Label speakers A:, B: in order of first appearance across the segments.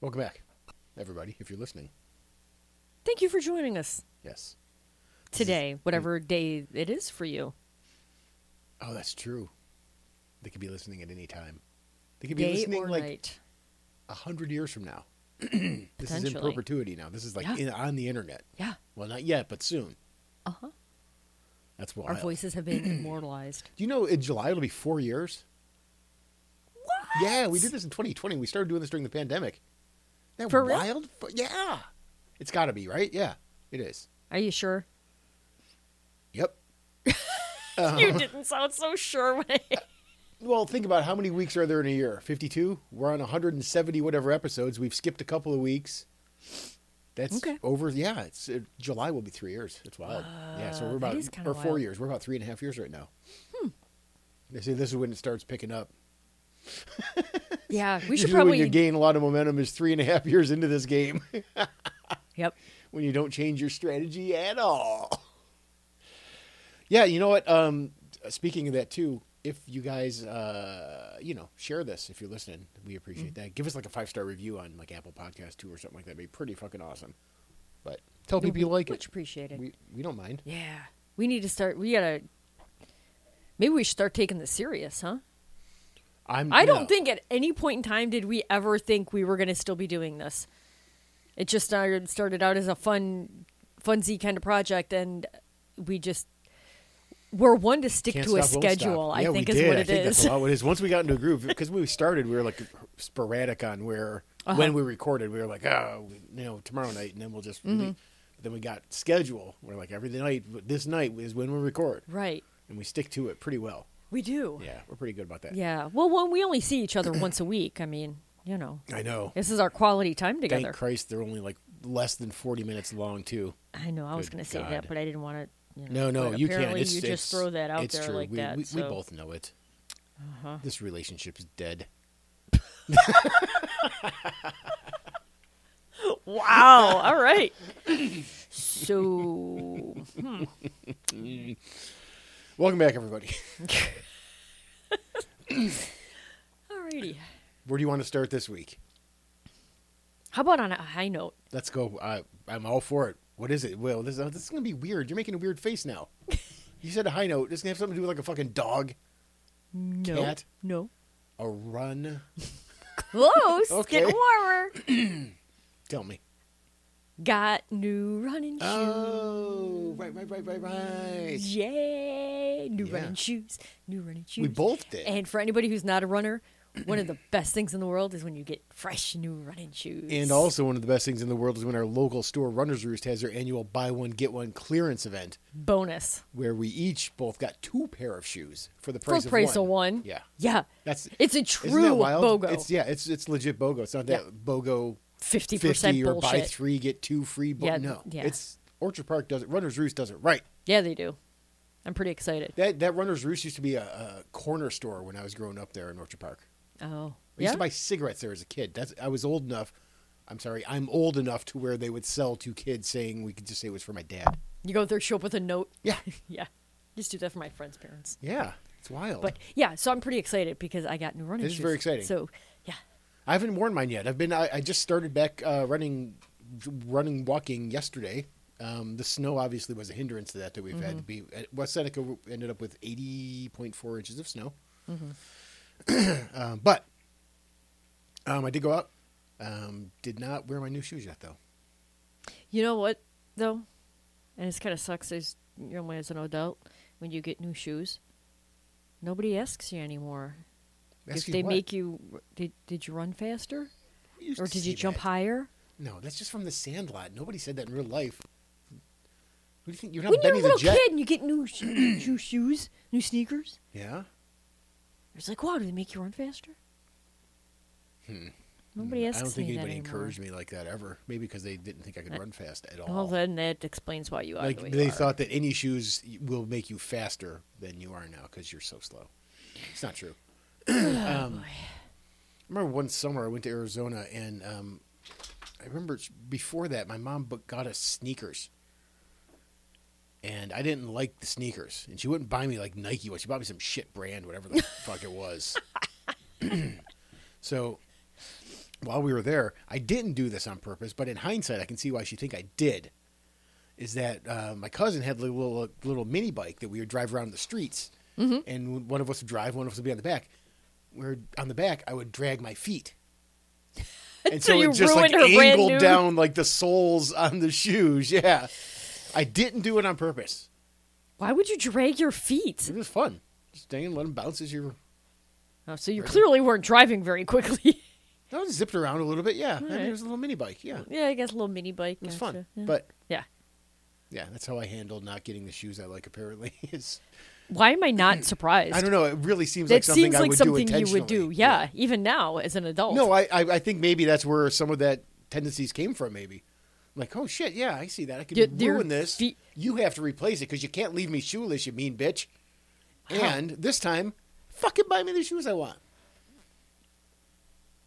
A: Welcome back, everybody, if you're listening.
B: Thank you for joining us
A: Yes.
B: today, whatever day it is for you.
A: Oh, that's true. They could be listening at any time. They could be
B: Day
A: listening
B: or
A: like
B: night.
A: a hundred years from now. this is in
B: Potentially.
A: perpetuity now. This is like
B: Yeah.
A: in, on the internet.
B: Yeah.
A: Well, not yet, but soon.
B: Uh huh.
A: That's wild.
B: Our voices have been immortalized.
A: Do you know in July it'll be four years? What? Yeah, we did this in 2020. We started doing this during the pandemic. Isn't That
B: For real?
A: wild? Fu- Yeah. It's got to be right. Yeah, it is.
B: Are you sure?
A: Yep. Uh-huh.
B: You didn't sound so sure when I.
A: Well, think about how many weeks are there in a year? 52? We're on 170 whatever episodes. We've skipped a couple of weeks. That's
B: Okay.
A: over. Yeah, it's uh July will be three years. It's wild. yeah, so we're
B: Wow, that
A: about
B: is kinda
A: or four
B: wild.
A: years. We're about three and a half years right now. Hmm. They say this is when it starts picking up.
B: Yeah, we
A: Usually
B: should
A: when you
B: probably.
A: gain a lot of momentum is three and a half years into this game
B: Yep.
A: when you don't change your strategy at all. Yeah, you know what? Um, speaking of that too, if you guys, uh, you know, share this if you're listening, we appreciate that. Give us like a five star review on like Apple Podcast Two or something like that. It'd be pretty fucking awesome. But tell people you like
B: Much
A: it.
B: appreciated.
A: We we don't mind.
B: yeah. We need to start. We gotta. Maybe we should start taking this serious, huh?
A: I'm.
B: I don't
A: no.
B: think at any point in time did we ever think we were going to still be doing this. It just started started out as a fun, funsy kind of project, and we just we're one to stick
A: Can't
B: to a
A: stop, won't stop.
B: schedule. I
A: Yeah,
B: think
A: we
B: is
A: did.
B: what
A: I
B: it
A: think
B: is.
A: That's what it is. Once we got into a groove, because when we started, we were like sporadic on where
B: Uh-huh.
A: when we recorded, we were like, oh, you know, tomorrow night, and then we'll just.
B: Mm-hmm.
A: really- But then we got schedule. We're like every night. This night is when we record,
B: right,
A: and we stick to it pretty well.
B: we do.
A: Yeah, we're pretty good about that.
B: Yeah. Well, when we only see each other once a week, I mean, you know,
A: I know.
B: this is our quality time
A: Thank
B: together.
A: Christ, they're only like less than forty minutes long too.
B: I know. I was
A: Good
B: going to say
A: God.
B: that, but I didn't want to. You
A: No,
B: know,
A: no,
B: but
A: you can't.
B: apparently
A: It's,
B: you
A: it's-
B: just throw that out
A: it's
B: there
A: true.
B: like
A: we,
B: that.
A: We, we
B: so- Uh-huh.
A: both know it. This relationship's dead.
B: Wow. All right. So
A: Welcome back, everybody.
B: Alrighty.
A: Where do you want to start this week?
B: How about on a high note?
A: Let's go. I, I'm all for it. What is it? Well, this, this is going to be weird. You're making a weird face now. you said a high note. This is going to have something to do with like a fucking dog,
B: No.
A: Cat?
B: No.
A: a run.
B: Close.
A: Okay.
B: Get warmer.
A: Tell me.
B: Got new running shoes.
A: Oh, right, right, right, right, right.
B: Yay. New
A: Yeah.
B: running shoes. New running shoes.
A: We both did.
B: And for anybody who's not a runner, one of the best things in the world is when you get fresh new running shoes.
A: And also, one of the best things in the world is when our local store, Runner's Roost, has their annual buy one, get one clearance event
B: bonus.
A: where we each both got two pair of shoes for the price,
B: for price
A: of,
B: of one.
A: Yeah.
B: Yeah.
A: That's
B: It's a
A: Isn't that
B: true
A: wild?
B: BOGO.
A: It's yeah, it's it's legit BOGO. It's not that
B: Yeah.
A: BOGO
B: 50%
A: 50 or
B: bullshit.
A: buy three get two free. Bo-
B: Yeah,
A: no,
B: yeah.
A: it's Orchard Park does it. Runner's Roost does it right.
B: Yeah, they do. I'm pretty excited.
A: That that Runner's Roost used to be a, a corner store when I was growing up there in Orchard Park.
B: Oh.
A: I used to buy cigarettes there as a kid. That's I was old enough. I'm sorry, I'm old enough to where they would sell to kids saying we could just say it was for my dad.
B: You go there, show up with a note.
A: Yeah,
B: Yeah. Just do that for my friends' parents.
A: yeah, it's wild.
B: But yeah, so I'm pretty excited because I got new running
A: This is
B: shoes.
A: very exciting.
B: So yeah.
A: I haven't worn mine yet. I've been I, I just started back uh, running, running walking yesterday. Um, the snow obviously was a hindrance to that that we've had to be.
B: Mm-hmm.
A: At West Seneca we ended up with eighty point four inches of snow,
B: Mm-hmm.
A: um, but um, I did go out. Um, did not wear my new shoes yet though.
B: You know what though? And it's kinda sucks as you know, as an adult, when you get new shoes, nobody asks you anymore. if
A: Ask you
B: they
A: what?
B: make you did did you run faster?
A: We used
B: Or
A: to
B: did you
A: say
B: jump
A: that.
B: higher?
A: No, that's just from the Sandlot. Nobody said that in real life. Who do you think you're not
B: When you're a
A: Benny the
B: little
A: Jet?
B: kid and you get new, sh- new shoes, new sneakers,
A: Yeah,
B: it's like, wow, do they make you run faster? Hmm. Nobody
A: I
B: asks
A: don't think
B: me that
A: anybody
B: anymore.
A: encouraged me like that ever. Maybe because they didn't think I could run fast at all.
B: Well, then that explains why you are the way
A: like
B: you
A: they
B: are.
A: thought that any shoes will make you faster than you are now because you're so slow. It's not true.
B: Oh,
A: um, I remember one summer I went to Arizona and um, I remember before that my mom bu- got us sneakers, and I didn't like the sneakers, and she wouldn't buy me like Nike. What she bought me some shit brand, whatever the fuck it was. so while we were there, I didn't do this on purpose, but in hindsight, I can see why she think I did. Is that uh, my cousin had a little little mini bike that we would drive around the streets,
B: Mm-hmm.
A: and one of us would drive, one of us would be on the back. Where on the back, I would drag my feet, and
B: So
A: so,
B: you
A: it just like
B: ruined her brand
A: angled
B: new-
A: down like the soles on the shoes. Yeah, I didn't do it on purpose.
B: Why would you drag your feet?
A: It was fun. Just hang and let them bounce as you're.
B: Oh, so you clearly weren't driving very quickly.
A: I was zipped around a little bit. Yeah, I mean,
B: right.
A: it was a little mini bike. Yeah, it
B: yeah, I guess a little mini bike.
A: was
B: gotcha.
A: fun,
B: Yeah.
A: but
B: yeah.
A: Yeah, that's how I handled not getting the shoes I like. Apparently, is
B: Why am I not surprised?
A: I don't know. It really seems
B: that
A: like something
B: seems
A: I
B: like
A: would
B: something
A: do
B: you would do.
A: intentionally.
B: Yeah, even now as an adult.
A: No, I, I I think maybe that's where some of that tendencies came from. Maybe like, oh shit, yeah, I see that. I could
B: Your- your
A: ruin this.
B: feet-
A: You have to replace it because you can't leave me shoeless, you mean bitch. And this time, fucking buy me the shoes I want.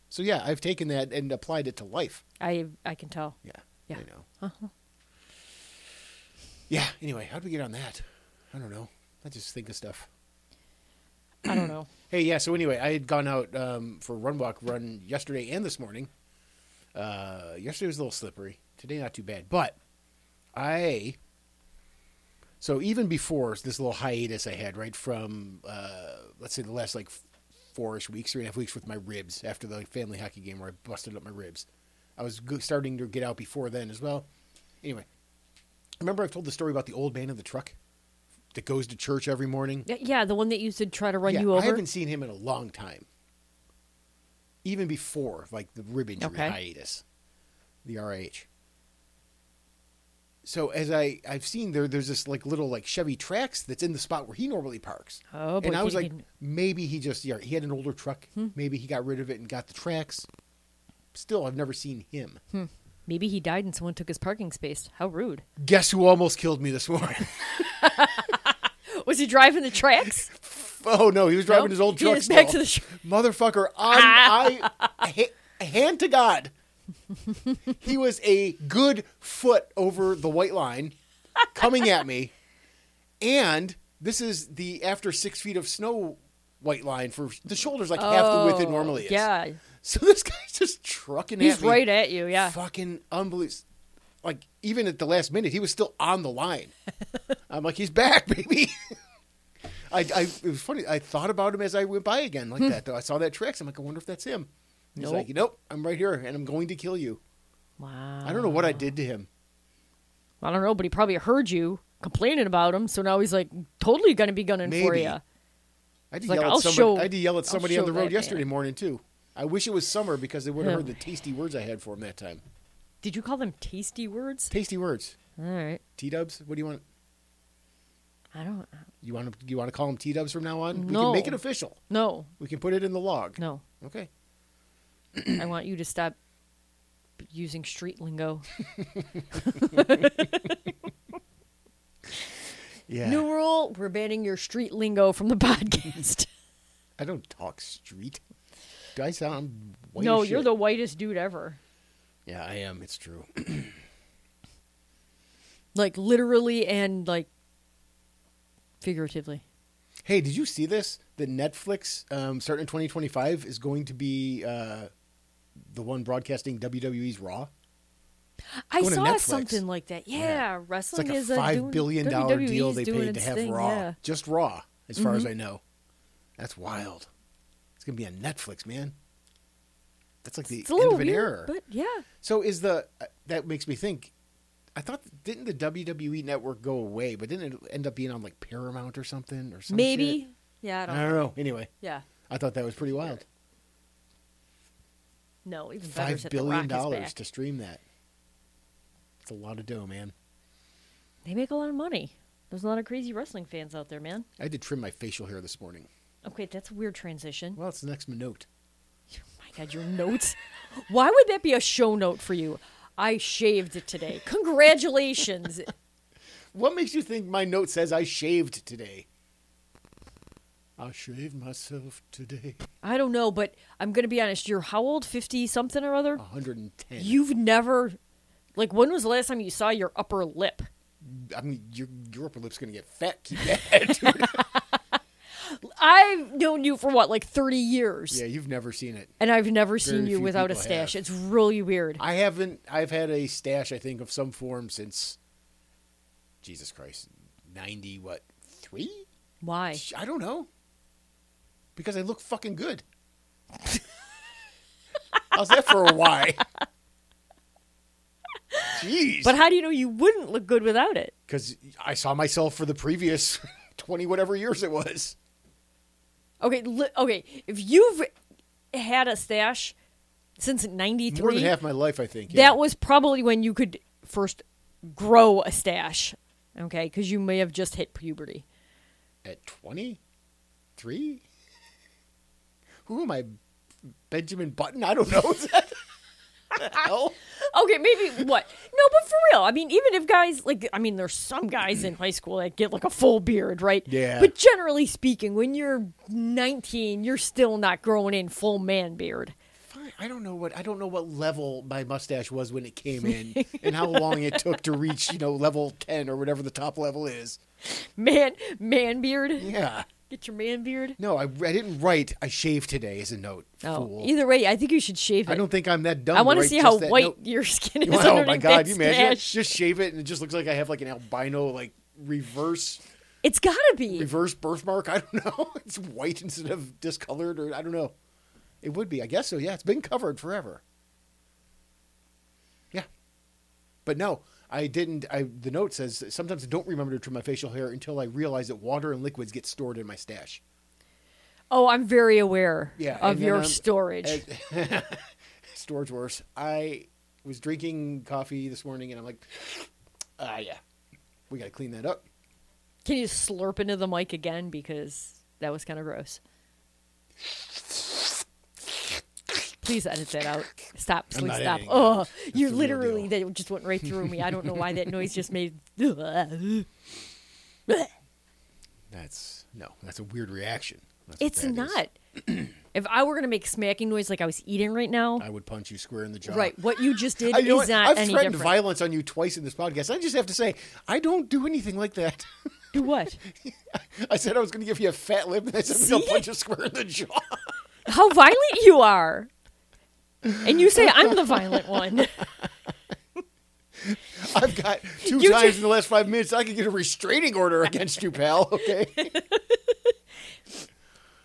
A: So yeah, I've taken that and applied it to life.
B: I I can tell.
A: Yeah.
B: Yeah.
A: I know. Yeah. Anyway, how do we get on that? I don't know. I just think of stuff.
B: I don't know.
A: Hey, yeah. So anyway, I had gone out um, for a run walk run yesterday and this morning. Uh, yesterday was a little slippery. Today not too bad, but I. So even before this little hiatus I had, right from uh, let's say the last like four-ish weeks, three and a half weeks with my ribs after the family hockey game where I busted up my ribs, I was go- starting to get out before then as well. Anyway, remember I've told the story about the old man in the truck that goes to church every morning.
B: Y- Yeah, the one that used to try to run
A: Yeah,
B: you over.
A: I haven't seen him in a long time. Even before like the rib injury
B: Okay.
A: hiatus, the RH. So as I I've seen there, there's this like little like Chevy Trax that's in the spot where he normally parks.
B: Oh, boy,
A: and I
B: he
A: was like,
B: didn't- Hmm.
A: maybe he just yeah he had an older truck. Maybe he got rid of it and got the Trax. Still, I've never seen him. Hmm.
B: Maybe he died and someone took his parking space. How rude.
A: Guess who almost killed me this morning?
B: Was he driving the tracks?
A: oh no, he was driving
B: No?
A: his old
B: He
A: truck.
B: was back
A: still.
B: to the tr-
A: motherfucker on I, ha- hand to god he was a good foot over the white line coming at me and this is the after six feet of snow white line for the shoulders like half the width it
B: Oh,
A: normally is
B: Yeah.
A: so this guy's just trucking
B: He's
A: at me
B: right eh? at you, yeah.
A: fucking unbelievable like even at the last minute he was still on the line i'm like he's back baby I, I it was funny. I thought about him as I went by again like that though. I saw that Trax. I'm like, I wonder if that's him. And He's
B: Hmm. Nope.
A: like, nope, I'm right here and I'm going to kill you.
B: Wow.
A: I don't know what I did to him.
B: I don't know, but he probably heard you complaining about him, so now he's like totally gonna be gunning for
A: Maybe.
B: you.
A: I had to
B: It's like,
A: yell
B: I'll
A: at somebody.
B: show-
A: I had to yell at
B: I'll
A: somebody
B: show
A: on the
B: that
A: road
B: man.
A: yesterday morning too. I wish it was summer because they would have
B: Oh.
A: heard the tasty words I had for him that time.
B: Did you call them tasty words?
A: Tasty words.
B: All right.
A: T Dubs. What do you want?
B: I don't
A: You want to, you want to call him T Dubs from now on? We
B: No.
A: can make it official.
B: No.
A: We can put it in the log.
B: No.
A: Okay.
B: I want you to stop using street lingo.
A: Yeah.
B: New rule, we're banning your street lingo from the podcast.
A: I don't talk street. Do I sound? White
B: no,
A: as
B: you're
A: shit?
B: the whitest dude ever.
A: Yeah, I am. It's true.
B: Like literally and like figuratively.
A: Hey, did you see this? That Netflix, um, starting in 2025, is going to be uh, the one broadcasting WWE's Raw.
B: I
A: Going to
B: saw
A: Netflix.
B: something like that. Yeah,
A: It's like
B: wrestling
A: a
B: is a
A: five
B: doing-
A: billion dollar
B: WWE
A: deal
B: is
A: they
B: doing
A: paid to
B: its
A: have
B: thing,
A: Raw,
B: yeah. Mm-hmm.
A: just Raw, as far as I know. That's wild. It's gonna be on Netflix, man. That's like the
B: It's a
A: end
B: little
A: of an
B: weird,
A: era.
B: but yeah.
A: So is the uh, that makes me think? I thought didn't the WWE network go away, but didn't it end up being on like Paramount or something or something?
B: Maybe. Yeah, I
A: I
B: don't
A: don't,
B: know.
A: know. Anyway,
B: Yeah.
A: I thought that was pretty wild.
B: No, even better
A: Five
B: is that The Rock
A: billion
B: is
A: dollars
B: back.
A: to stream that. It's a lot of dough, man.
B: They make a lot of money. There's a lot of crazy wrestling fans out there, man.
A: I had to trim my facial hair this morning.
B: Okay, that's a weird transition.
A: Well, it's the next note.
B: My God, your notes. Why would that be a show note for you? I shaved it today. Congratulations.
A: What makes you think my note says I shaved today? I shaved myself today.
B: I don't know, but I'm going to be honest. You're how old? 50 something or
A: Oh,
B: other?
A: 110.
B: You've never, like, when was the last time you saw your upper lip?
A: I mean, your, your upper lip's gonna get fat. Keep that attitude.
B: I've known you for what, like 30 years?
A: Yeah, you've never seen it.
B: And I've never seen
A: Very
B: you
A: few
B: without a
A: people
B: stash.
A: have.
B: It's really weird.
A: I haven't. I've had a stash, I think, of some form since Jesus Christ, ninety what three?
B: Why?
A: Sh- I don't know. Because I look fucking good. How's that for a why? Jeez.
B: But how do you know you wouldn't look good without it?
A: Because I saw myself for the previous twenty whatever years it was.
B: Okay, li- okay. If you've had a stash since '93,
A: More than half my life, I think. yeah.
B: that was probably when you could first grow a stash. Okay, because you may have just hit puberty.
A: at 23? Who am I? Benjamin Button? I don't know. Is that- the hell?
B: Okay, maybe what? No, but for real. I mean, even if guys like, I mean, there's some guys in high school that get like a full beard, right?
A: Yeah.
B: But generally speaking, when you're 19, you're still not growing in full man beard.
A: Fine, I don't know what I don't know what level my mustache was when it came in, and how long it took to reach you know level ten or whatever the top level is.
B: Man, man beard.
A: Yeah,
B: Get your man beard.
A: no, I, I didn't write. I shaved today as a note.
B: Oh,
A: fool.
B: either way, I think you should shave it.
A: I don't think I'm that dumb.
B: I want to
A: write
B: see
A: just
B: how
A: that
B: white
A: note.
B: your skin is.
A: Oh my
B: underneath
A: god!
B: that
A: You imagine?
B: stash.
A: Just shave it, and it just looks like I have like an albino like reverse
B: It's gotta be.
A: reverse birthmark. I don't know. It's white instead of discolored, or I don't know. It would be, I guess so. Yeah, it's been covered forever. Yeah, but no, I didn't. I the note says sometimes I don't remember to trim my facial hair until I realize that water and liquids get stored in my stash.
B: Oh, I'm very aware
A: Yeah, and
B: of
A: then um,
B: your
A: I'm-
B: storage.
A: Storage worse. I was drinking coffee this morning, and I'm like, ah, yeah, we got to clean that up.
B: Can you slurp into the mic again because that was kind of gross. Please edit that out. Stop,
A: I'm
B: please
A: not
B: stop.
A: editing it.
B: Oh, you
A: the real
B: literally that just went right through me. I don't know why that noise just made. it's
A: That's no, that's a weird reaction. That's what that is.
B: not. if I were gonna make smacking noise like I was eating right now,
A: I would punch you square in the jaw.
B: right? What you just did
A: Oh I- you know
B: is
A: what?
B: not
A: I've
B: any
A: threatened
B: different.
A: violence on you twice in this podcast. I just have to say, I don't do anything like that.
B: Do what?
A: I said I was going to give you a fat lip, and I said I'm going
B: See?
A: to punch you square in the jaw.
B: how violent you are. And you say I'm the violent one.
A: I've got two
B: You
A: times
B: just-
A: in the last five minutes. I could get a restraining order against you, pal. Okay,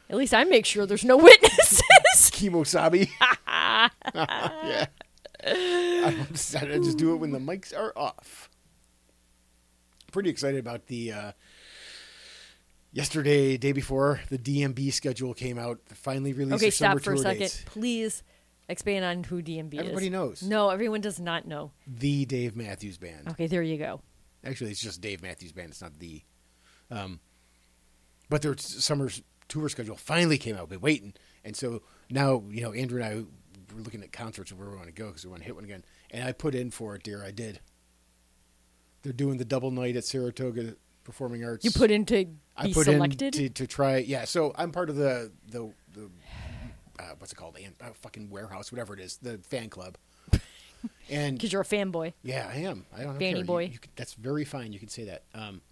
B: At least I make sure there's no witnesses.
A: Kimosabi. yeah, I, don't, I just do it when the mics are off. Pretty excited about the. Uh, Yesterday, day before, the DMB schedule came out. Finally released
B: okay,
A: their summer
B: stop for a
A: tour
B: second.
A: dates.
B: Please expand on who DMB is.
A: Everybody knows. Mm.
B: No, everyone does not know.
A: the Dave Matthews Band.
B: Okay, there you go.
A: Actually, it's just Dave Matthews Band. It's not the. Um, but their s- summer s- tour schedule finally came out. We've been waiting, and so now you know Andrew and I were looking at concerts and where we want to go because we want to hit one again. And I put in for it, dear. I did. They're doing the double night at Saratoga Performing Arts.
B: You put into be
A: I put
B: selected.
A: in to, to try. Yeah, so I'm part of the the the uh, what's it called? An- Uh, fucking warehouse, whatever it is, the fan club. And
B: because you're a fanboy.
A: Yeah, I am. I don't
B: Fanny
A: care. You-
B: boy.
A: you could- that's very fine. You can say that. Um,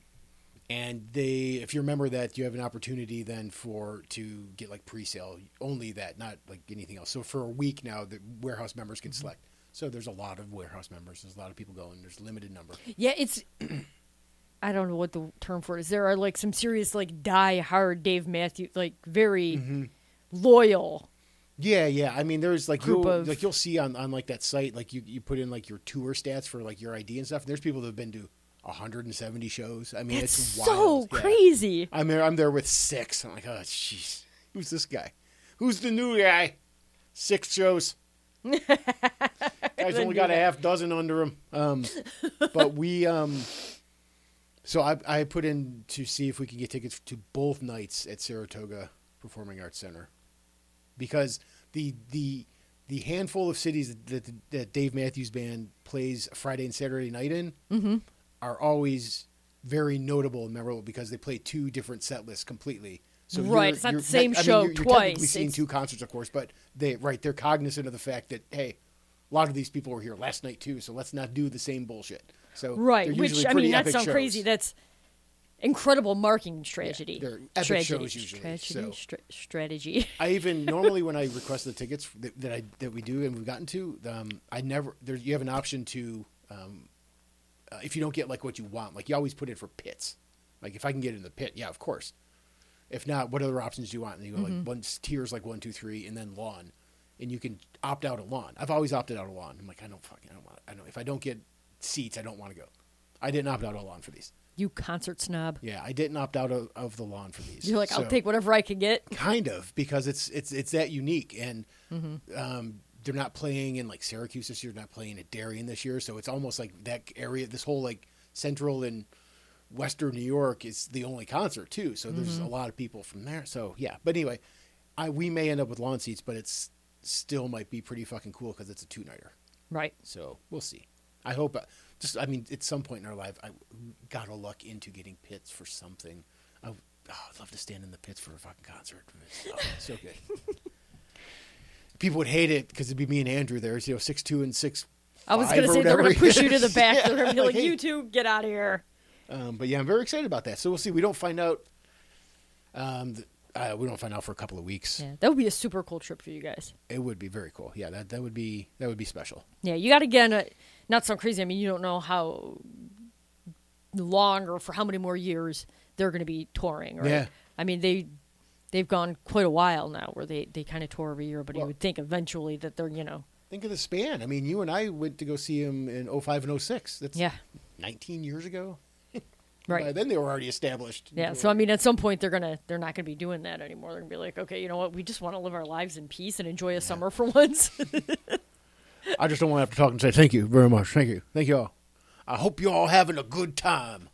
A: and they, if you remember that, you have an opportunity then for to get like pre-sale only that, not like anything else. So for a week now, the warehouse members
B: Mm-hmm.
A: can select. So there's a lot of warehouse members. There's a lot of people going. There's a limited number.
B: Yeah, it's. I don't know what the term for it is. There are like some serious like die hard Dave Matthews, like very
A: Mm-hmm.
B: loyal.
A: Yeah, yeah. I mean, there's like
B: Group
A: you'll
B: of-
A: like you'll see on, on like that site like you, you put in like your tour stats for like your ID and stuff. And there's people that have been to 170 shows. I mean,
B: That's
A: it's
B: so
A: wild. Yeah.
B: crazy.
A: I'm there. I'm there with six. I'm like, oh, jeez, who's this guy? Who's the new guy? Six shows. Guy's only got a half dozen under him. Um, but we, um, so I, I put in to see if we could get tickets to both nights at Saratoga Performing Arts Center, because the the the handful of cities that that, that Dave Matthews Band plays Friday and Saturday night in
B: Mm-hmm.
A: are always very notable and memorable because they play two different set lists completely. So
B: Right,
A: you're-
B: it's not the
A: you're-
B: same
A: I mean,
B: show
A: you're, you're
B: twice.
A: technically seeing
B: It's-
A: two concerts, of course, but they right they're cognizant of the fact that hey, a lot of these people were here last night too, so let's not do the same bullshit. So
B: right
A: they're
B: which
A: usually
B: i
A: pretty
B: mean that
A: epic
B: sounds
A: shows.
B: crazy that's incredible marketing strategy.
A: they're epic
B: Tragedy.
A: shows usually,
B: Tragedy,
A: so-
B: stra- strategy.
A: I even normally when I request the tickets that, that I that we do and we've gotten to, um, I never there. You have an option to, um, uh, if you don't get like what you want, like you always put in for pits. Like if I can get in the pit, yeah, of course. If not, what other options do you want? And you go
B: Mm-hmm.
A: like one tiers, like one, two, three, and then lawn, and you can opt out of lawn. I've always opted out of lawn. I'm like I don't fucking I don't want I don't if I don't get seats, I don't want to go. I didn't opt out of lawn for these.
B: You concert snob.
A: Yeah, I didn't opt out of, of the lawn for these.
B: You're like, I'll
A: So-
B: take whatever I can get.
A: kind of because it's it's it's that unique and um, they're not playing in like Syracuse this year, they're not playing at Darien this year, so it's almost like that area, this whole like central and western New York is the only concert too, so there's a lot of people from there. So yeah, but anyway, I we may end up with lawn seats, but it's still might be pretty fucking cool because it's a two nighter.
B: Right.
A: So we'll see. I hope. uh, Just I mean, at some point in our life, I got to luck into getting pits for something. I, oh, I'd love to stand in the pits for a fucking concert. It's oh, it's so good. People would hate it because it'd be me and Andrew there. You know, six two and six.
B: I was
A: five
B: going
A: or
B: to say they're
A: whatever
B: going to push you to
A: it
B: the
A: is.
B: back.
A: Yeah,
B: They're going to be like,
A: hey.
B: you two, get out of here.
A: Um, but yeah, I'm very excited about that. So we'll see. We don't find out. Um, th- uh, we don't find out for a couple of weeks.
B: Yeah, that would be a super cool trip for you guys.
A: It would be very cool. Yeah, that that would be that would be special.
B: Yeah, you got to get on a, not so crazy. I mean, you don't know how long or for how many more years they're going to be touring, right?
A: Yeah.
B: I mean, they they've gone quite a while now where they, they kind of tour every year, but you
A: Well-
B: would think eventually that they're, you know,
A: Think of the span. I mean, you and I went to go see him in 05 and 06. That's
B: yeah,
A: 19 years ago.
B: right.
A: By then they were already established.
B: Yeah, so I mean, at some point they're gonna they're not gonna be doing that anymore. They're gonna be like, okay, you know what? We just want to live our lives in peace and enjoy a summer for once.
A: I just don't want to have to talk and say thank you very much. Thank you. Thank you all. I hope you all having a good time.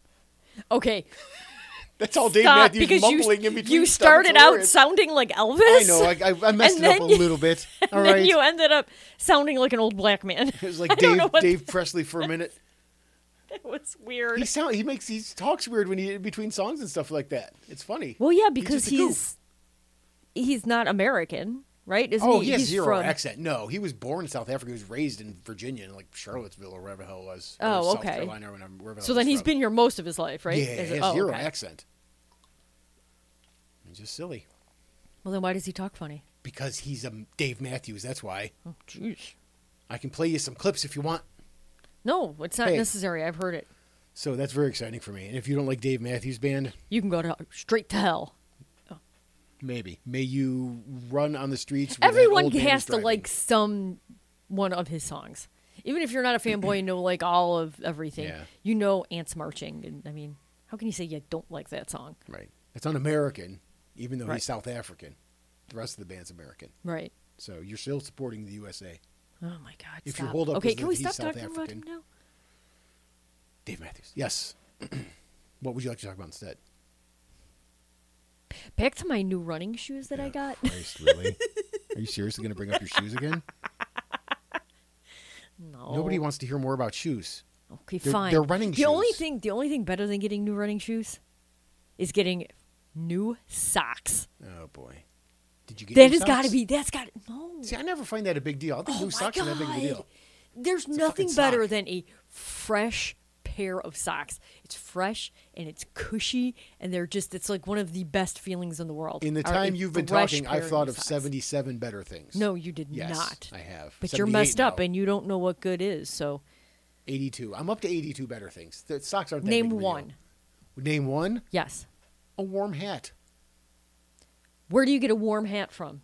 B: okay,
A: That's all Dave
B: stop
A: Matthews
B: because you
A: mumbling in between.
B: you
A: stuff.
B: started
A: It's
B: out
A: hilarious.
B: sounding like Elvis.
A: I know. I, I, I messed
B: And
A: it up a
B: then you-
A: little bit. All
B: and then
A: right.
B: you ended up sounding like an old black man.
A: it was
B: I
A: like
B: don't
A: Dave
B: know what
A: Dave Presley for a minute.
B: That was weird.
A: He sound he makes he talks weird when he in between songs and stuff like that. It's funny.
B: well, yeah,
A: He's
B: because
A: just a goof.
B: he's he's not American, right? Isn't
A: oh,
B: he?
A: he has
B: he's
A: zero
B: from,
A: accent. No, he was born in South Africa. He was raised in Virginia, in like Charlottesville or wherever the hell it was. or
B: Oh,
A: South
B: okay.
A: Carolina or whenever- wherever the
B: So
A: hell
B: then
A: he's
B: he's
A: from.
B: been here most of his life, right?
A: Yeah,
B: Is
A: he
B: it-
A: has
B: oh,
A: zero
B: okay.
A: accent. It's just silly
B: Well, then why does he talk funny?
A: because he's a Dave Matthews. That's why
B: Oh, jeez.
A: I can play you some clips if you want.
B: No, it's not
A: Hey.
B: necessary. I've heard it.
A: So that's very exciting for me. And if you don't like Dave Matthews Band,
B: You can go to straight to hell.
A: maybe may you run on the streets. with that
B: Everyone
A: old man
B: has
A: who's
B: to
A: driving.
B: like some one of his songs, even if you're not a fanboy and know like all of everything.
A: Yeah.
B: You know, ants marching, and I mean, how can you say you don't like that song?
A: Right. It's un-American, even though
B: Right.
A: he's South African. The rest of the band's American,
B: Right.
A: so you're still supporting the USA.
B: Oh my God!
A: If
B: stop.
A: your holdup
B: okay,
A: is
B: can
A: that
B: we
A: he's
B: stop
A: South
B: talking about him
A: African.
B: now?
A: Dave Matthews. Yes. what would you like to talk about instead?
B: Back to my new running shoes that I got.
A: Christ, really? Are you seriously going to bring up your shoes again?
B: no,
A: Nobody wants to hear more about shoes.
B: Okay,
A: they're-
B: fine.
A: they're running
B: the only
A: shoes.
B: thing, the only thing better than getting new running shoes, is getting new socks.
A: Oh boy, did you get
B: That
A: new
B: has got to
A: socks?
B: be. That's got no.
A: See, I never find that a big deal. I think
B: Oh
A: new
B: my
A: socks are that big of a
B: God.
A: deal.
B: There's
A: a
B: nothing
A: fucking
B: better
A: sock.
B: than a fresh pair of socks. It's fresh and it's cushy, and they're just, it's like one of the best feelings in the world.
A: In the
B: are a
A: time you've been
B: fresh
A: talking,
B: pair
A: I've thought
B: new
A: of
B: socks.
A: 77 better things.
B: No, you did
A: yes,
B: not.
A: I have.
B: But you're
A: 78
B: messed up
A: now.
B: and you don't know what good is. So
A: 82. I'm up to 82 better things. The socks aren't that
B: name
A: big of a
B: one.
A: deal. Name one.
B: Yes.
A: A warm hat.
B: Where do you get a warm hat from?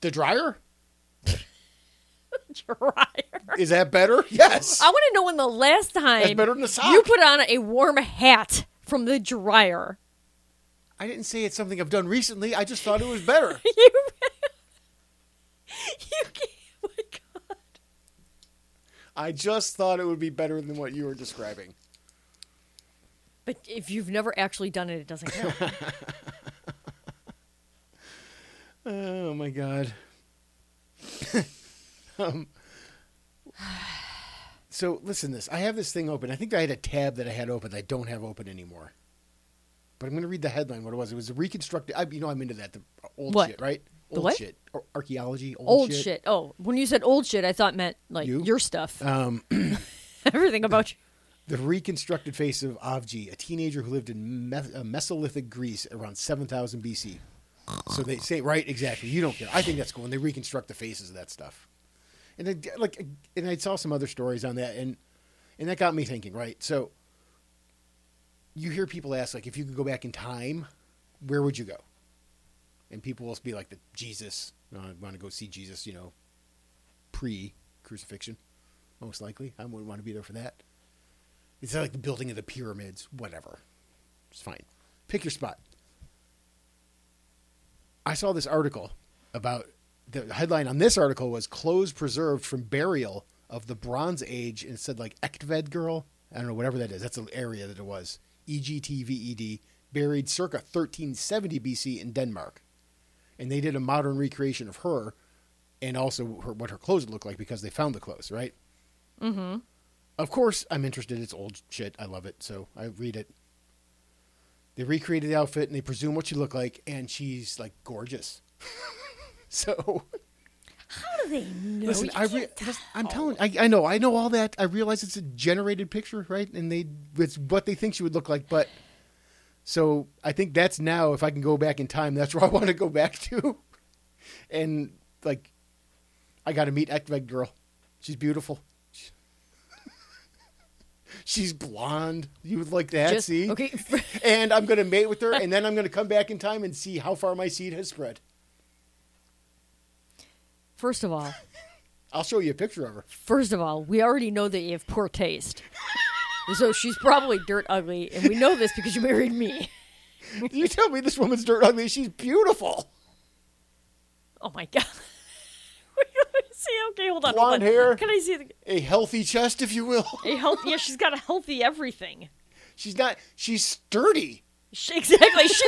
A: The dryer.
B: Dryer.
A: Is that better? Yes.
B: I want to know when the last time
A: better than a sock.
B: you put on a warm hat from the dryer.
A: I didn't say it's something I've done recently. I just thought it was better.
B: You can't, oh my God.
A: I just thought it would be better than what you were describing.
B: But if you've never actually done it, it doesn't count.
A: Oh my god. um, so listen to this. I have this thing open. I think I had a tab that I had open that I don't have open anymore. But I'm going to read the headline. What it was? It was a reconstructed. I, you know, I'm into that. The old
B: What?
A: shit, right?
B: The
A: old
B: what?
A: shit. Ar- archaeology. Old,
B: old
A: shit.
B: shit. Oh, when you said old shit, I thought meant like
A: You?
B: your stuff.
A: Um,
B: Everything about you.
A: The reconstructed face of Avji, a teenager who lived in Me- uh, Mesolithic Greece around 7000 BC. So they say, right, exactly. You don't care. I think that's cool. And they reconstruct the faces of that stuff. And I, like, and I saw some other stories on that, and and that got me thinking. Right, so you hear people ask, like, if you could go back in time, where would you go? And people will be like, the Jesus. Uh, I want to go see Jesus. You know, pre crucifixion, most likely. I wouldn't want to be there for that. It's like the building of the pyramids, whatever. It's fine. Pick your spot. I saw this article about the headline on this article was clothes preserved from burial of the Bronze Age, and it said like Ektved girl. I don't know whatever that is. That's the area that it was. E G T V E D buried circa 1370 BC in Denmark, and they did a modern recreation of her, and also her, what her clothes looked like because they found the clothes. Right.
B: Mm-hmm.
A: Of course, I'm interested. It's old shit. I love it, so I read it. They recreated the outfit and they presume what she looked like, and she's like gorgeous. so
B: How do they know?
A: listen,
B: You
A: I re-
B: can't
A: listen, I'm
B: tell.
A: telling, I, I know, I know all that. I realize it's a generated picture, right? And they, it's what they think she would look like. But so I think that's now. If I can go back in time, that's where I want to go back to. And like, I got to meet Ekved girl. She's beautiful. She's blonde. You would like that,
B: Just-
A: see?
B: Okay.
A: And I'm gonna mate with her, and then I'm gonna come back in time and see how far my seed has spread.
B: First of all,
A: I'll show you a picture of her.
B: First of all, we already know that you have poor taste. so she's probably dirt ugly, and we know this because you married me.
A: You tell me this woman's dirt ugly. She's beautiful.
B: Oh my god. Wait, let me see. Okay, hold on.
A: Blonde
B: hold on.
A: hair.
B: Can I see the,
A: A healthy chest, if you will.
B: a healthy? Yeah, she's got a healthy everything.
A: She's not. She's sturdy.
B: She, exactly. She,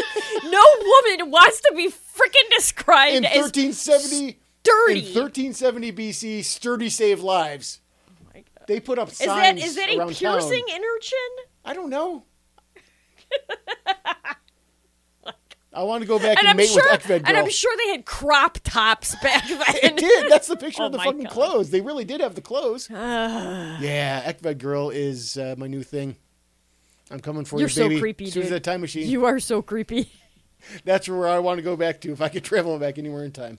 B: no woman wants to be freaking described
A: In
B: as
A: 1370,
B: dirty.
A: in 1370 BC, sturdy saved lives.
B: Oh my God.
A: They put up
B: Is
A: signs
B: that is that a
A: around
B: piercing
A: town.
B: in her chin?
A: I don't know. I want to go back and,
B: And I'm
A: mate
B: sure
A: with Ekved girl.
B: and I'm sure they had crop tops back
A: it
B: then.
A: did. That's the picture
B: Oh
A: of the
B: my
A: fucking
B: God.
A: clothes. They really did have the clothes.
B: Ah.
A: Yeah, Ekved girl is uh, my new thing. I'm coming for
B: You're
A: you,
B: so
A: baby.
B: creepy,
A: Soon as
B: dude.
A: that time machine.
B: you are so creepy.
A: That's where I want to go back to if I could travel back anywhere in time.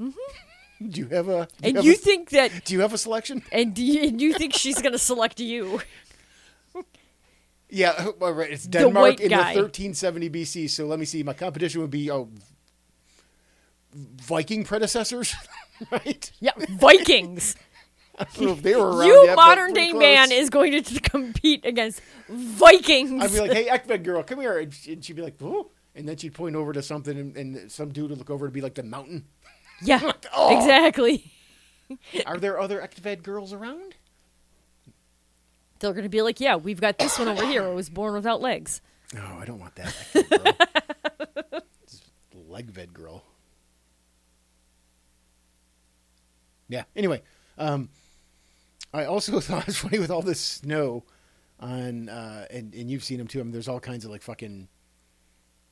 A: Do Mm-hmm. you have a? Do
B: And
A: have
B: you
A: a-
B: think that
A: do you have a selection?
B: And do you, and you think she's going to select you?
A: Yeah, well, right. It's
B: The
A: Denmark
B: white
A: in
B: guy.
A: the 1370 BC. So let me see. My competition would be oh, Viking predecessors, right?
B: Yeah, Vikings.
A: I don't know if they were around.
B: you
A: yet, but
B: modern
A: pretty
B: day
A: close.
B: man is going to t- compete against Vikings.
A: I'd be like, hey, Ekved girl, come here, and she- and she'd be like, whoa. And then she'd point over to something, and, and some dude would look over to be like the mountain.
B: yeah, exactly.
A: Are there other Ekved girls around?
B: They're going to be like, yeah, we've got this one over here. who was born without legs.
A: No, Oh, I don't want that. Ekved girl. This Legved girl. Yeah. Anyway, um, I also thought it's funny with all this snow on, uh, and and you've seen them too. I mean, there's all kinds of like fucking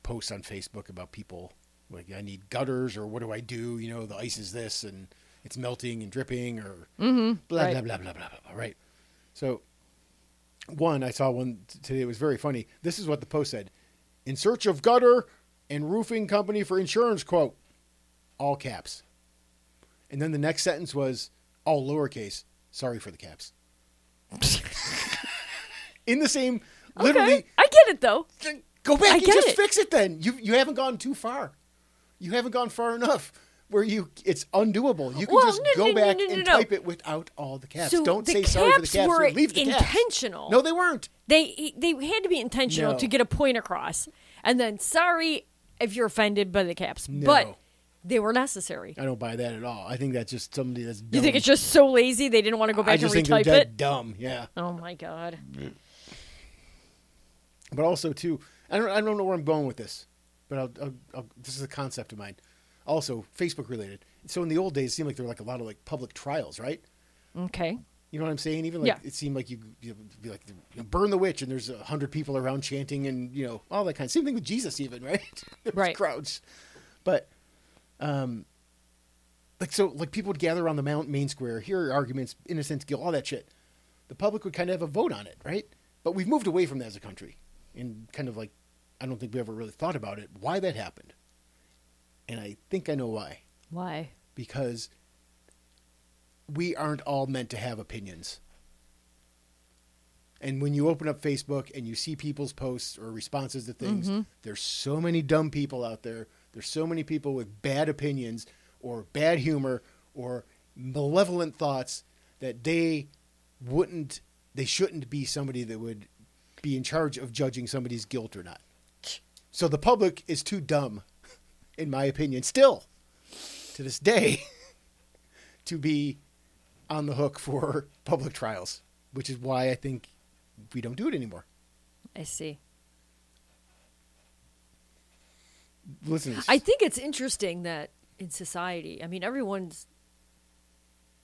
A: posts on Facebook about people like I need gutters or what do I do? You know, the ice is this and it's melting and dripping or blah,
B: right.
A: blah blah blah blah blah blah. Right. So one I saw one t- today. It was very funny. This is what the post said: "In search of gutter and roofing company for insurance quote." All caps. And then the next sentence was all lowercase. Sorry for the caps. In the same, literally,
B: Okay, I get it though.
A: th- go back
B: I
A: and
B: get
A: just
B: it.
A: fix it. Then you you haven't gone too far. You haven't gone far enough where you it's undoable. You can
B: Well,
A: just
B: no,
A: go
B: no, no,
A: back
B: no, no,
A: and
B: no.
A: type it without all the caps.
B: So
A: Don't
B: the
A: say sorry for the
B: caps
A: caps.
B: were
A: or leave the caps.
B: intentional.
A: No, they weren't.
B: They they had to be intentional
A: No.
B: to get a point across. And then, sorry if you're offended by the caps,
A: No.
B: but they were necessary.
A: I don't buy that at all. I think that's just somebody that's. Dumb.
B: You think it's just so lazy they didn't want to go back
A: I just think
B: and
A: they're
B: retype
A: dead
B: it?
A: dumb. Yeah.
B: Oh my god.
A: but also too I don't, I don't know where i'm going with this but I'll, I'll, I'll, this is a concept of mine also facebook related so in the old days it seemed like there were like a lot of like public trials right
B: Okay.
A: you know what i'm saying even like
B: Yeah.
A: it seemed like you you'd be like you know, burn the witch and there's a hundred people around chanting and you know all that kind of same thing with jesus even right There was
B: Right.
A: crowds but um like so like people would gather around the mount main square hear arguments innocence guilt all that shit the public would kind of have a vote on it, right? But we've moved away from that as a country, and kind of like I don't think we ever really thought about it why that happened. And I think I know why
B: Why?
A: because we aren't all meant to have opinions. And when you open up Facebook and you see people's posts or responses to things, there's so many dumb people out there. There's so many people with bad opinions or bad humor or malevolent thoughts that they wouldn't, they shouldn't be somebody that would be in charge of judging somebody's guilt or not. So the public is too dumb, in my opinion, still to this day to be on the hook for public trials, which is why I think we don't do it anymore.
B: I see.
A: Listen,
B: I think it's interesting that in society, I mean, everyone's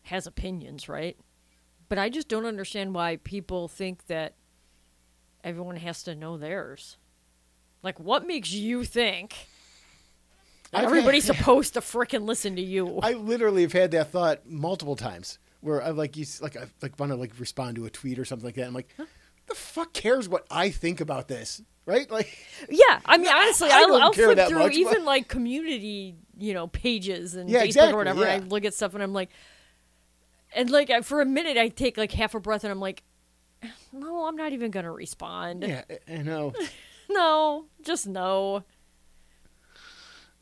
B: has opinions, right? But I just don't understand why people think that everyone has to know theirs. Like, what makes you think that
A: I've had-
B: everybody's supposed to frickin' listen to you?
A: I literally have had that thought multiple times where I like you like I like want to like respond to a tweet or something like that. I'm like, the fuck cares what I think about this, right? Like,
B: yeah, I mean, honestly,
A: I
B: I will
A: don't
B: I'll
A: care
B: flip
A: that
B: through
A: much, but-
B: even like community, you know, pages and
A: Yeah,
B: Facebook
A: exactly,
B: or whatever.
A: yeah.
B: I look at stuff and I'm like, and like I- for a minute, I take like half a breath and I'm like, no, I'm not even gonna respond.
A: yeah, I I know.
B: No, just no.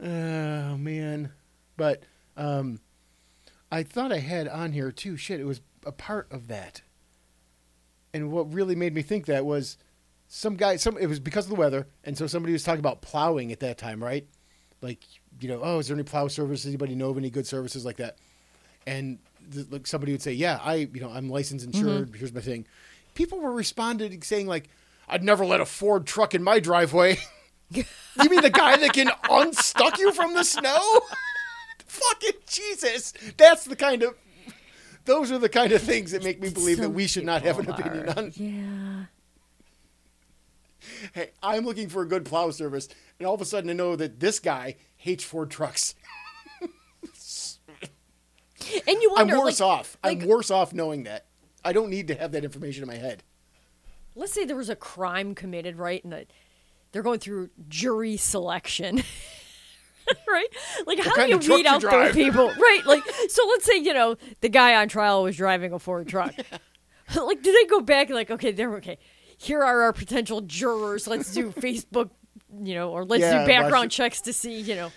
A: Oh man, but um, I thought I had on here too. Shit, it was a part of that. And what really made me think that was some guy. Some it was because of the weather, and so somebody was talking about plowing at that time, right? Like you know, oh, is there any plow services? Anybody know of any good services like that? And th- like somebody would say, yeah, I you know I'm licensed, insured.
B: Mm-hmm.
A: Here's my thing. People were responding saying like, I'd never let a Ford truck in my driveway. You mean the guy that can unstuck you from the snow? Fucking Jesus. That's the kind of those are the kind of things that make me believe that
B: Some
A: we should not have an
B: people
A: opinion
B: are-
A: on.
B: Yeah.
A: Hey, I'm looking for a good plow service, and all of a sudden I know that this guy hates Ford trucks.
B: And you
A: I'm
B: wonder,
A: worse
B: like,
A: off. I'm
B: like-
A: worse off knowing that. I don't need to have that information in my head.
B: let's say there was a crime committed, right? And that they're going through jury selection. right? Like how do
A: kind
B: you
A: of truck
B: weed
A: you
B: out those
A: drive.
B: people? Right. Like so let's say, you know, the guy on trial was driving a Ford truck. like do they go back and like, okay, they're okay. Here are our potential jurors. Let's do Facebook, you know, or let's
A: Yeah,
B: do
A: watch
B: background
A: it.
B: checks to see, you know.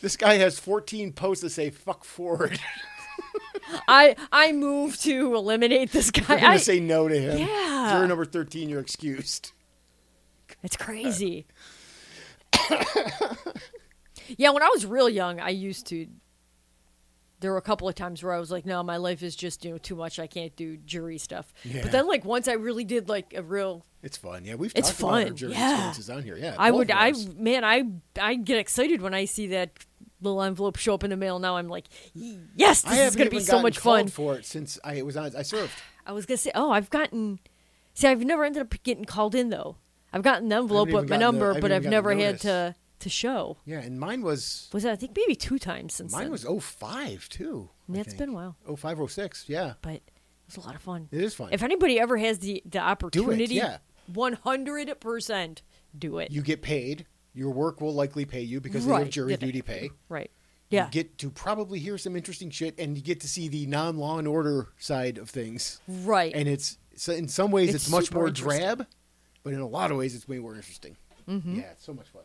A: This guy has 14 posts that say "fuck Ford."
B: I I move to eliminate this guy.
A: We're gonna
B: I-
A: say no to him.
B: Yeah.
A: Juror number 13, you're excused.
B: It's crazy. yeah, when I was real young, I used to. There were a couple of times where I was like, "No, my life is just you know too much. I can't do jury stuff."
A: Yeah.
B: But then, like once I really did like a real,
A: It's fun. Yeah, we've
B: It's
A: talked about our
B: fun,
A: jury
B: yeah.
A: experiences on here. Yeah,
B: I
A: both
B: would,
A: of
B: I
A: ours.
B: man, I I get excited when I see that little envelope show up in the mail. Now I'm like, "Yes,
A: I
B: this is
A: haven't
B: going to
A: even
B: be so
A: gotten
B: much
A: called
B: fun."
A: for it since I was on. I served.
B: I was gonna say, "Oh, I've gotten." See, I've never ended up getting called in though. I've gotten the envelope
A: even
B: with my
A: gotten the- I
B: number,
A: haven't
B: but
A: even
B: I've
A: gotten
B: never had
A: notice.
B: to to show.
A: Yeah, and mine was
B: Was that I think maybe two times since
A: mine
B: then.
A: was 05, too. I
B: That's
A: think.
B: been a while.
A: 05, 06, Yeah,
B: but it was a lot of fun.
A: it is fun.
B: If anybody ever has the the opportunity,
A: yeah.
B: one hundred percent do it.
A: you get paid. Your work will likely pay you because they
B: Right,
A: have jury
B: yeah.
A: duty pay.
B: right? Yeah,
A: You get to probably hear some interesting shit, and you get to see the non law and order side of things.
B: right.
A: And it's so in some ways it's,
B: It's
A: much
B: super
A: more
B: interesting. Mm-hmm.
A: drab, but in a lot of ways it's way more interesting. Yeah, it's so much fun.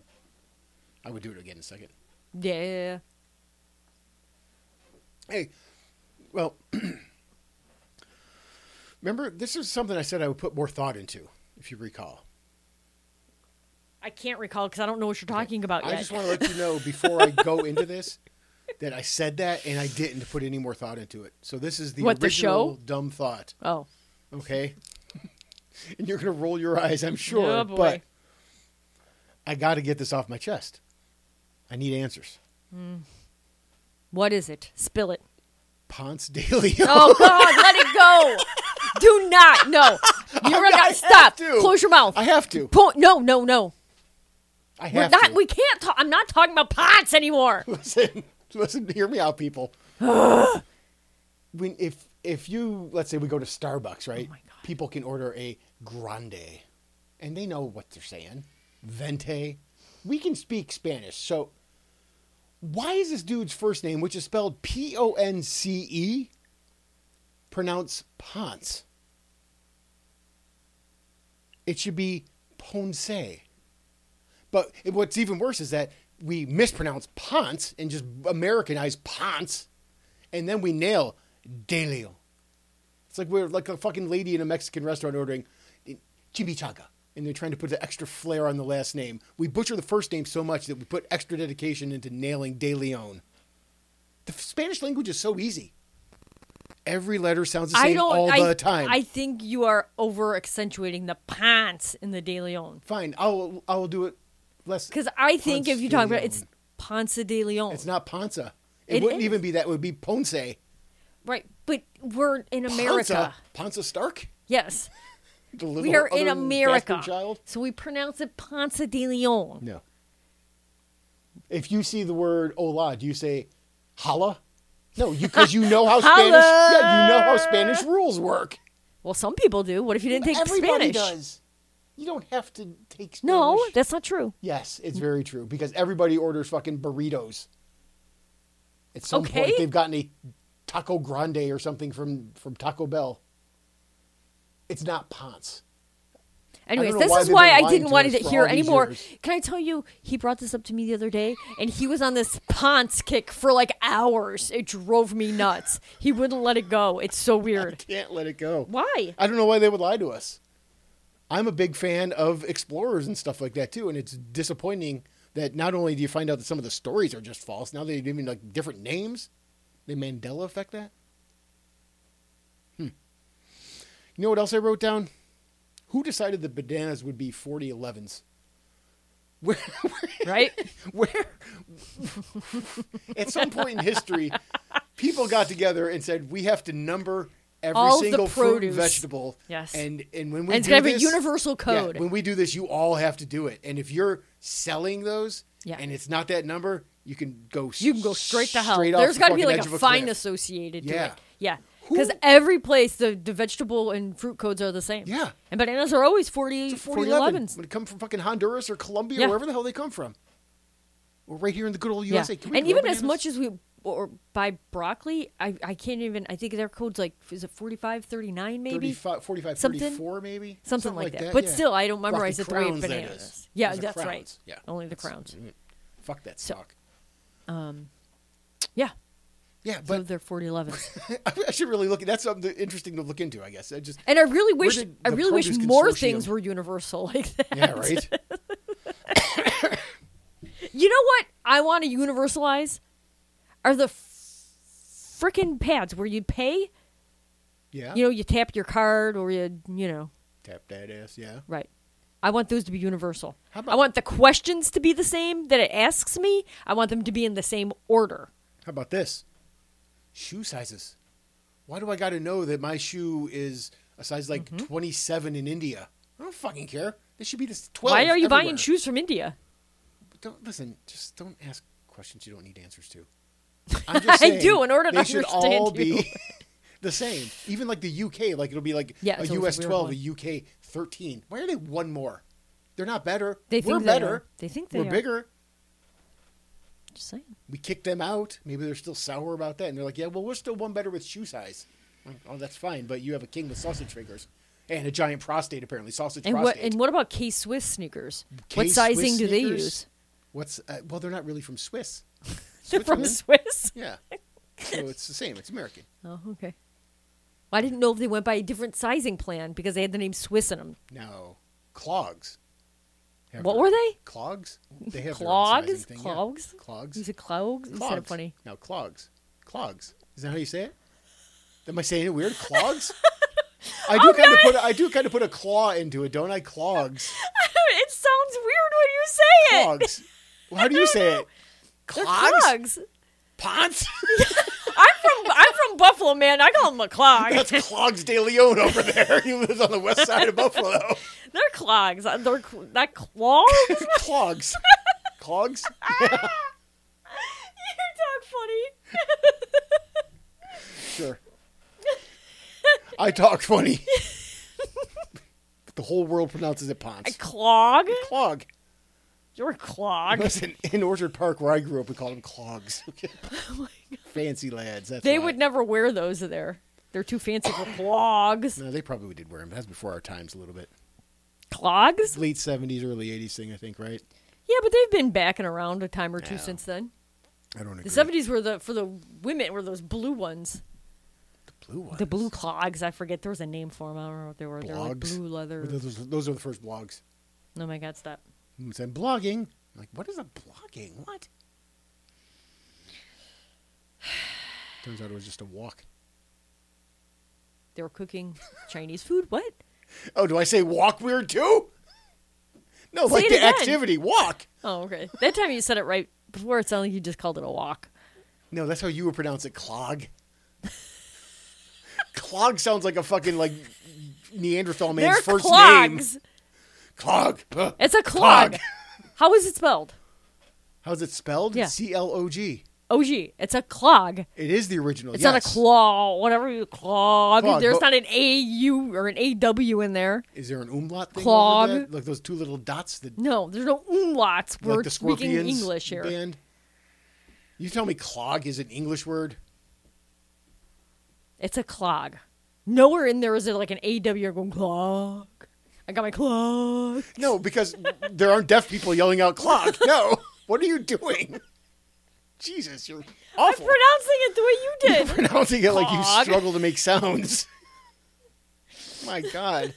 A: I would do it again in a second.
B: yeah,
A: Hey, well, remember this is something I said I would put more thought into, if you recall.
B: I can't recall because I don't know what you're talking about
A: I
B: yet.
A: just want to let you know before I go into this that I said that and I didn't put any more thought into it. So this is the
B: What, the
A: original
B: show?
A: dumb thought,
B: oh,
A: okay? and you're gonna roll your eyes, I'm sure,
B: Oh, boy.
A: but I got to get this off my chest. I need answers.
B: what is it? Spill it.
A: Ponce Daily.
B: Oh God, let it go. Do not. No, you're
A: I
B: not.
A: have
B: Stop.
A: to.
B: Close your mouth.
A: I have to.
B: Po- no, no, no.
A: I
B: We're
A: have
B: not.
A: to.
B: We can't talk. I'm not talking about pots anymore.
A: Listen, listen, hear me out, people. when if if you let's say we go to Starbucks, right?
B: Oh my God.
A: People can order a grande, and they know what they're saying. Vente. We can speak Spanish, so why is this dude's first name, which is spelled P O N C E, pronounced Ponce? It should be Ponce. But what's even worse is that we mispronounce Ponce and just Americanize Ponce, and then we nail Delio. It's like we're like a fucking lady in a Mexican restaurant ordering chimichanga, and they're trying to put the extra flair on the last name. We butcher the first name so much that we put extra dedication into nailing De Leon. The Spanish language is so easy. Every letter sounds the
B: I
A: same
B: don't.
A: all
B: I,
A: the time.
B: I think you are over accentuating the pants in the De Leon
A: Fine, I'll I'll do it less.
B: because I think
A: Ponce
B: if you
A: de
B: talk about
A: Leon.
B: it, it's Ponce de Leon,
A: It's not Ponce. It,
B: It
A: wouldn't
B: is.
A: even be that. It would be Ponce.
B: right? But we're in America.
A: Ponce, Ponce Stark?
B: Yes,
A: The
B: we
A: little
B: are in
A: other
B: America,
A: bastard Child?
B: so we pronounce it Ponce de Leon.
A: No. If you see the word hola, do you say holla? No, because you know how Spanish. Yeah, you know how Spanish rules work.
B: Well, some people do. What if you didn't take
A: Everybody
B: Spanish?
A: does. You don't have to take Spanish.
B: No, that's not true.
A: Yes, it's very true because everybody orders fucking burritos. At some
B: Okay.
A: point, they've gotten a taco grande or something from from Taco Bell. It's not Ponce.
B: Anyways,
A: know
B: this
A: why
B: is
A: they've
B: why
A: been
B: I
A: lying
B: didn't
A: to
B: want
A: us
B: to
A: for
B: hear
A: all these
B: anymore.
A: years.
B: Can I tell you, he brought this up to me the other day, and he was on this Ponce kick for like hours. It drove me nuts. He wouldn't let it go. It's so weird.
A: Can't let it go.
B: Why?
A: I don't know why they would lie to us. I'm a big fan of explorers and stuff like that too, and it's disappointing that not only do you find out that some of the stories are just false, now they even like different names. They Mandela affect that. Hmm. You know what else I wrote down? Who decided the bananas would be 4011s? Where,
B: Right?
A: where at some point in history people got together and said we have to number every
B: All of the
A: single fruit and
B: produce.
A: vegetable
B: Yes.
A: and and when we
B: and it's
A: do
B: gonna have a
A: this-
B: universal
A: yeah,
B: code.
A: when we do this you all have to do it and if you're selling those
B: Yeah.
A: and it's not that number you can go
B: you can go straight to hell.
A: off
B: There's
A: the
B: got to be
A: fucking
B: like
A: edge
B: a,
A: of a
B: fine
A: cliff.
B: associated
A: Yeah.
B: to it. Yeah.
A: Who-
B: Because every place, the, the vegetable and fruit codes are the same.
A: Yeah.
B: And bananas are always 40,
A: 4011
B: 4011s.
A: when it come from fucking Honduras or Colombia
B: Yeah.
A: or wherever the hell they come from or right here in the good old
B: Yeah.
A: USA Can we
B: And
A: grow
B: even as
A: bananas?
B: much as we or buy broccoli, I, I can't even, I think their code's like, is it 45, 39 maybe?
A: 35, 45,
B: Something-
A: 34 maybe?
B: Something, like that. But
A: yeah.
B: still, I don't
A: Rocky
B: memorize it the way
A: Crowns, that
B: bananas.
A: is.
B: Yeah,
A: Those are
B: that's
A: crowns.
B: right.
A: Yeah.
B: Only the
A: That's-
B: crowns.
A: mm, Fuck that
B: So-
A: sock.
B: Yeah.
A: Yeah,
B: But, so
A: but
B: they're 4011s.
A: I should really look. That's something interesting to look into, I guess. I just
B: and I really wish,
A: did
B: I
A: the
B: really wish
A: Produce
B: more
A: Consortium-
B: things were universal like that.
A: yeah, right.
B: You know what I want to universalize? Are the freaking pads where you pay?
A: Yeah,
B: You know, you tap your card or you, you know,
A: tap that ass. Yeah,
B: right. I want those to be universal.
A: How
B: I
A: about-
B: want the questions to be the same that it asks me. I want them to be in the same order.
A: How about this? Shoe sizes. Why do I got to know that my shoe is a size like
B: Mm-hmm.
A: 27 in India? I don't fucking care. This should be this 12.
B: Why are you
A: everywhere.
B: buying shoes from India?
A: Don't listen. Just don't ask questions you don't need answers to. I'm just
B: I
A: saying,
B: do, in order to
A: they should
B: understand
A: all
B: you.
A: be the same. Even like the UK, like it'll be like
B: Yeah,
A: a
B: it's always a
A: US
B: weird
A: 12,
B: one.
A: a UK 13. Why are they one more? They're not better.
B: They
A: We're
B: think they
A: better.
B: are. They think they
A: We're
B: are.
A: bigger.
B: Just saying.
A: We kicked them out. Maybe they're still sour about that, and they're like, "Yeah, well, we're still one better with shoe size." Like, oh, that's fine, but you have a king with sausage fingers and a giant prostate apparently. Sausage
B: And what
A: prostate.
B: and what about K Swiss sneakers? what
A: K-Swiss
B: sizing do they
A: sneakers?
B: use?
A: What's uh, well? They're not really from Swiss.
B: They're from
A: Switzerland?
B: Swiss.
A: Yeah. So it's the same. It's American.
B: Oh, okay. Well, I didn't know if they went by a different sizing plan because they had the name Swiss in them.
A: No. Clogs. Have
B: What
A: their-
B: were they?
A: Clogs? They have their own
B: Clogs?
A: sizing thing, yeah.
B: Clogs?
A: Clogs?
B: You said clogs? You said it
A: Clogs.
B: funny.
A: No, clogs. Clogs. Is that how you say it? Am I saying it weird? Clogs? I
B: Oh,
A: do kind of put a, I do kind of put a claw into it, don't I? Clogs.
B: it sounds weird when you say it.
A: Clogs. Well, how do you say it?
B: They're
A: Clogs?
B: clogs.
A: Ponce?
B: I'm from I'm from Buffalo, man. I call them a clog.
A: That's Clogs de Leon over there. He lives on the west side of Buffalo.
B: They're clogs. Uh, They're cl- not clogs. you
A: Clogs. Clogs?
B: talk funny.
A: Sure. I talk funny. But the whole world pronounces it
B: A
A: Ponce.
B: clog?
A: Clog.
B: You're a clog.
A: Listen, in Orchard Park where I grew up, we called them clogs. Fancy lads. That's
B: Oh They
A: why.
B: would never wear those there. They're too fancy for clogs.
A: No, they probably did wear them. That's before our times a little bit.
B: Clogs?
A: Late seventies, early eighties thing, I think. Right?
B: Yeah, but they've been backing around a time or two
A: No.
B: since then.
A: I don't agree.
B: The seventies were the for the women were those blue ones,
A: The blue ones.
B: the blue clogs. I forget there was a name for them. I don't remember what they were. They were like
A: Blogs?
B: blue leather.
A: Those, those- those are the first blogs.
B: Oh my god, stop!
A: And It said blogging. I'm like, what is a blogging? What? Turns out it was just a walk.
B: They were cooking Chinese food. What?
A: Oh, do I say walk weird too? No, like
B: it
A: the
B: again.
A: activity walk.
B: Oh, okay. That time you said it right. Before it sounded like you just called it a walk.
A: No, that's how you would pronounce it. Clog. clog sounds like a fucking like Neanderthal man's
B: They're
A: first name.
B: clogs.
A: Clog. Ugh.
B: It's a clog. How is it spelled?
A: How's it spelled?
B: Yeah.
A: C L O G.
B: OG. It's a clog.
A: It is the original.
B: It's not a
A: yes.
B: claw, whatever you clog.
A: Clog,
B: There's
A: but-
B: not an AU or an AW in there.
A: Is there an umlaut thing?
B: Clog.
A: Over that? Like those two little dots that
B: No, there's no umlauts. We're
A: like the
B: speaking
A: Scorpions
B: English here.
A: band. You tell me clog is an English word?
B: It's a clog. Nowhere in there is there like an AW or going clog. I got my clog.
A: No, because there aren't deaf people yelling out clog. No. What are you doing? Jesus, you're
B: I'm
A: awful.
B: pronouncing it the way you did.
A: pronouncing it like you
B: Clog.
A: struggle to make sounds. My God.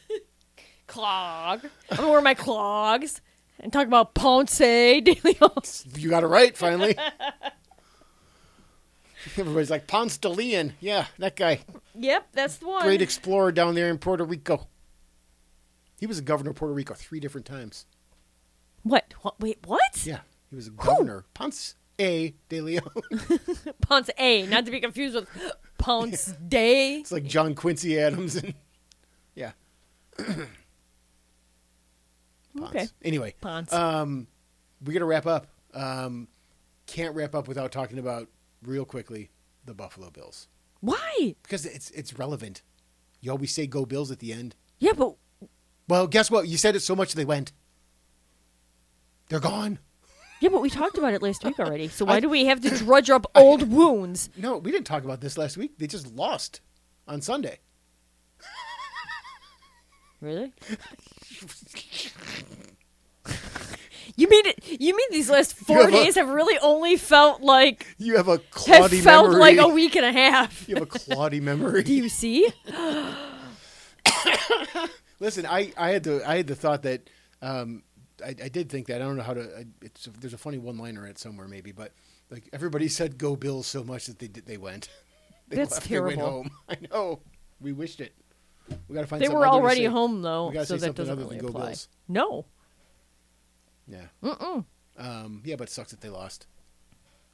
B: clog. I'm gonna wear my clogs and talk about Ponce de Leon.
A: You got it right, finally. Everybody's like, Ponce de Leon. Yeah, that guy.
B: Yep, that's the one.
A: Great explorer down there in Puerto Rico. He was a governor of Puerto Rico three different times.
B: what? what? Wait, what?
A: Yeah, he was a governor. Ponce A. de Leon.
B: Ponce A, not to be confused with Ponce de.
A: it's like John Quincy Adams and yeah. Ponce.
B: Okay.
A: Anyway,
B: Ponce.
A: um, we got to wrap up. Um, can't wrap up without talking about real quickly the Buffalo Bills
B: Why?
A: because it's it's relevant. You always say "Go Bills" at the end.
B: Yeah, but
A: Well, guess what? You said it so much they went. They're gone.
B: yeah, but we talked about it last week already. So why do we have to drudge up old wounds?
A: No, we didn't talk about this last week. They just lost on Sunday.
B: Really? You mean it, you mean these last four
A: have a-
B: days have really only felt like
A: You have a
B: have
A: cloudy
B: felt
A: memory.
B: like a week and a half.
A: You have a cloudy memory.
B: Do you see?
A: Listen, I, I had the I had the thought that um, I, I did think that I don't know how to. I, it's there's a funny one liner in it somewhere maybe, but like everybody said "Go Bills" so much that they did, they went. They
B: That's
A: left, they went
B: terrible.
A: home. I know. We wished it. We gotta find.
B: They
A: something
B: were
A: other to
B: already
A: say.
B: home though,
A: we gotta
B: so
A: say
B: that
A: something
B: doesn't
A: other
B: really
A: than go
B: apply.
A: Bills.
B: No.
A: Yeah.
B: Mm-mm.
A: Um, yeah, but it sucks that they lost.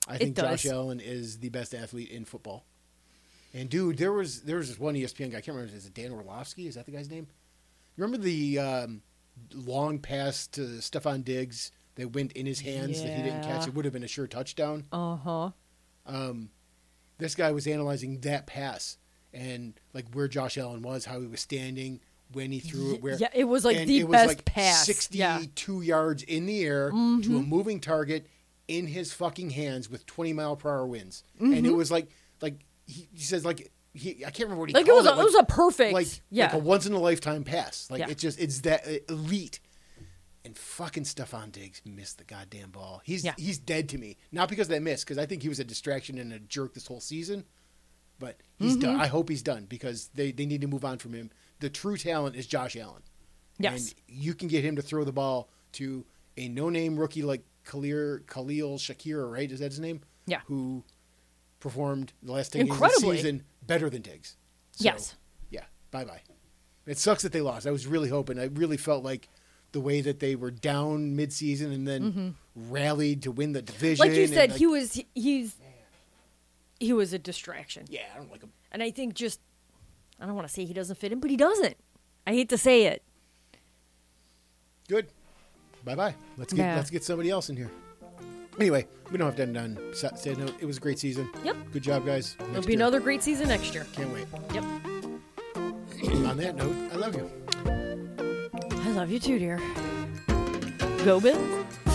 A: I think
B: does.
A: Josh Allen is the best athlete in football. And dude, there was there was this one E ESPN guy. I can't remember. Is it Dan Orlovsky? Is that the guy's name? You remember the um, long pass to Stefan Diggs that went in his hands that he didn't catch?
B: Yeah.
A: It would have been a sure touchdown.
B: Uh huh.
A: This guy was analyzing that pass and like where Josh Allen was, how he was standing when he threw it. Where
B: Yeah, it was like
A: and
B: the
A: it was
B: best
A: like
B: pass. yeah. Mm-hmm.
A: Sixty-two yards in the air to a moving target in his fucking hands with twenty mile per hour winds, and
B: Mm-hmm.
A: it was like like he, he says like he I can't remember what he
B: Like it
A: called
B: was a, it,
A: like-
B: was a perfect.
A: like
B: yeah.
A: like a once in a lifetime pass like
B: Yeah.
A: it's just it's that uh, elite. And fucking Stefan Diggs missed the goddamn ball. He's
B: Yeah.
A: he's dead to me. Not because of that miss, because I think he was a distraction and a jerk this whole season. But he's
B: Mm-hmm.
A: done. I hope he's done because they, they need to move on from him. The true talent is Josh Allen.
B: Yes.
A: And you can get him to throw the ball to a no name rookie like Khalil, Khalil Shakir, right? Is that his name?
B: Yeah.
A: Who performed the last 10 games of the
B: Incredibly.
A: season better than Diggs. So,
B: Yes.
A: Yeah. Bye bye. It sucks that they lost. I was really hoping. I really felt like the way that they were down midseason and then rallied to win the division.
B: Mm-hmm. like you
A: and,
B: said,
A: like,
B: he was he- he's he was a distraction,
A: Yeah, I don't like him.
B: and I think just I don't want to say he doesn't fit in, but he doesn't. I hate to say it.
A: Good. Bye bye. Let's get
B: Yeah.
A: let's get somebody else in here. Anyway, we don't have to end on sa- sad note. It was a great season.
B: Yep.
A: Good job, guys.
B: It'll
A: Next
B: be
A: year.
B: another great season next year.
A: Can't wait.
B: Yep.
A: On that note, I love you.
B: I love you too, dear. Go Bills.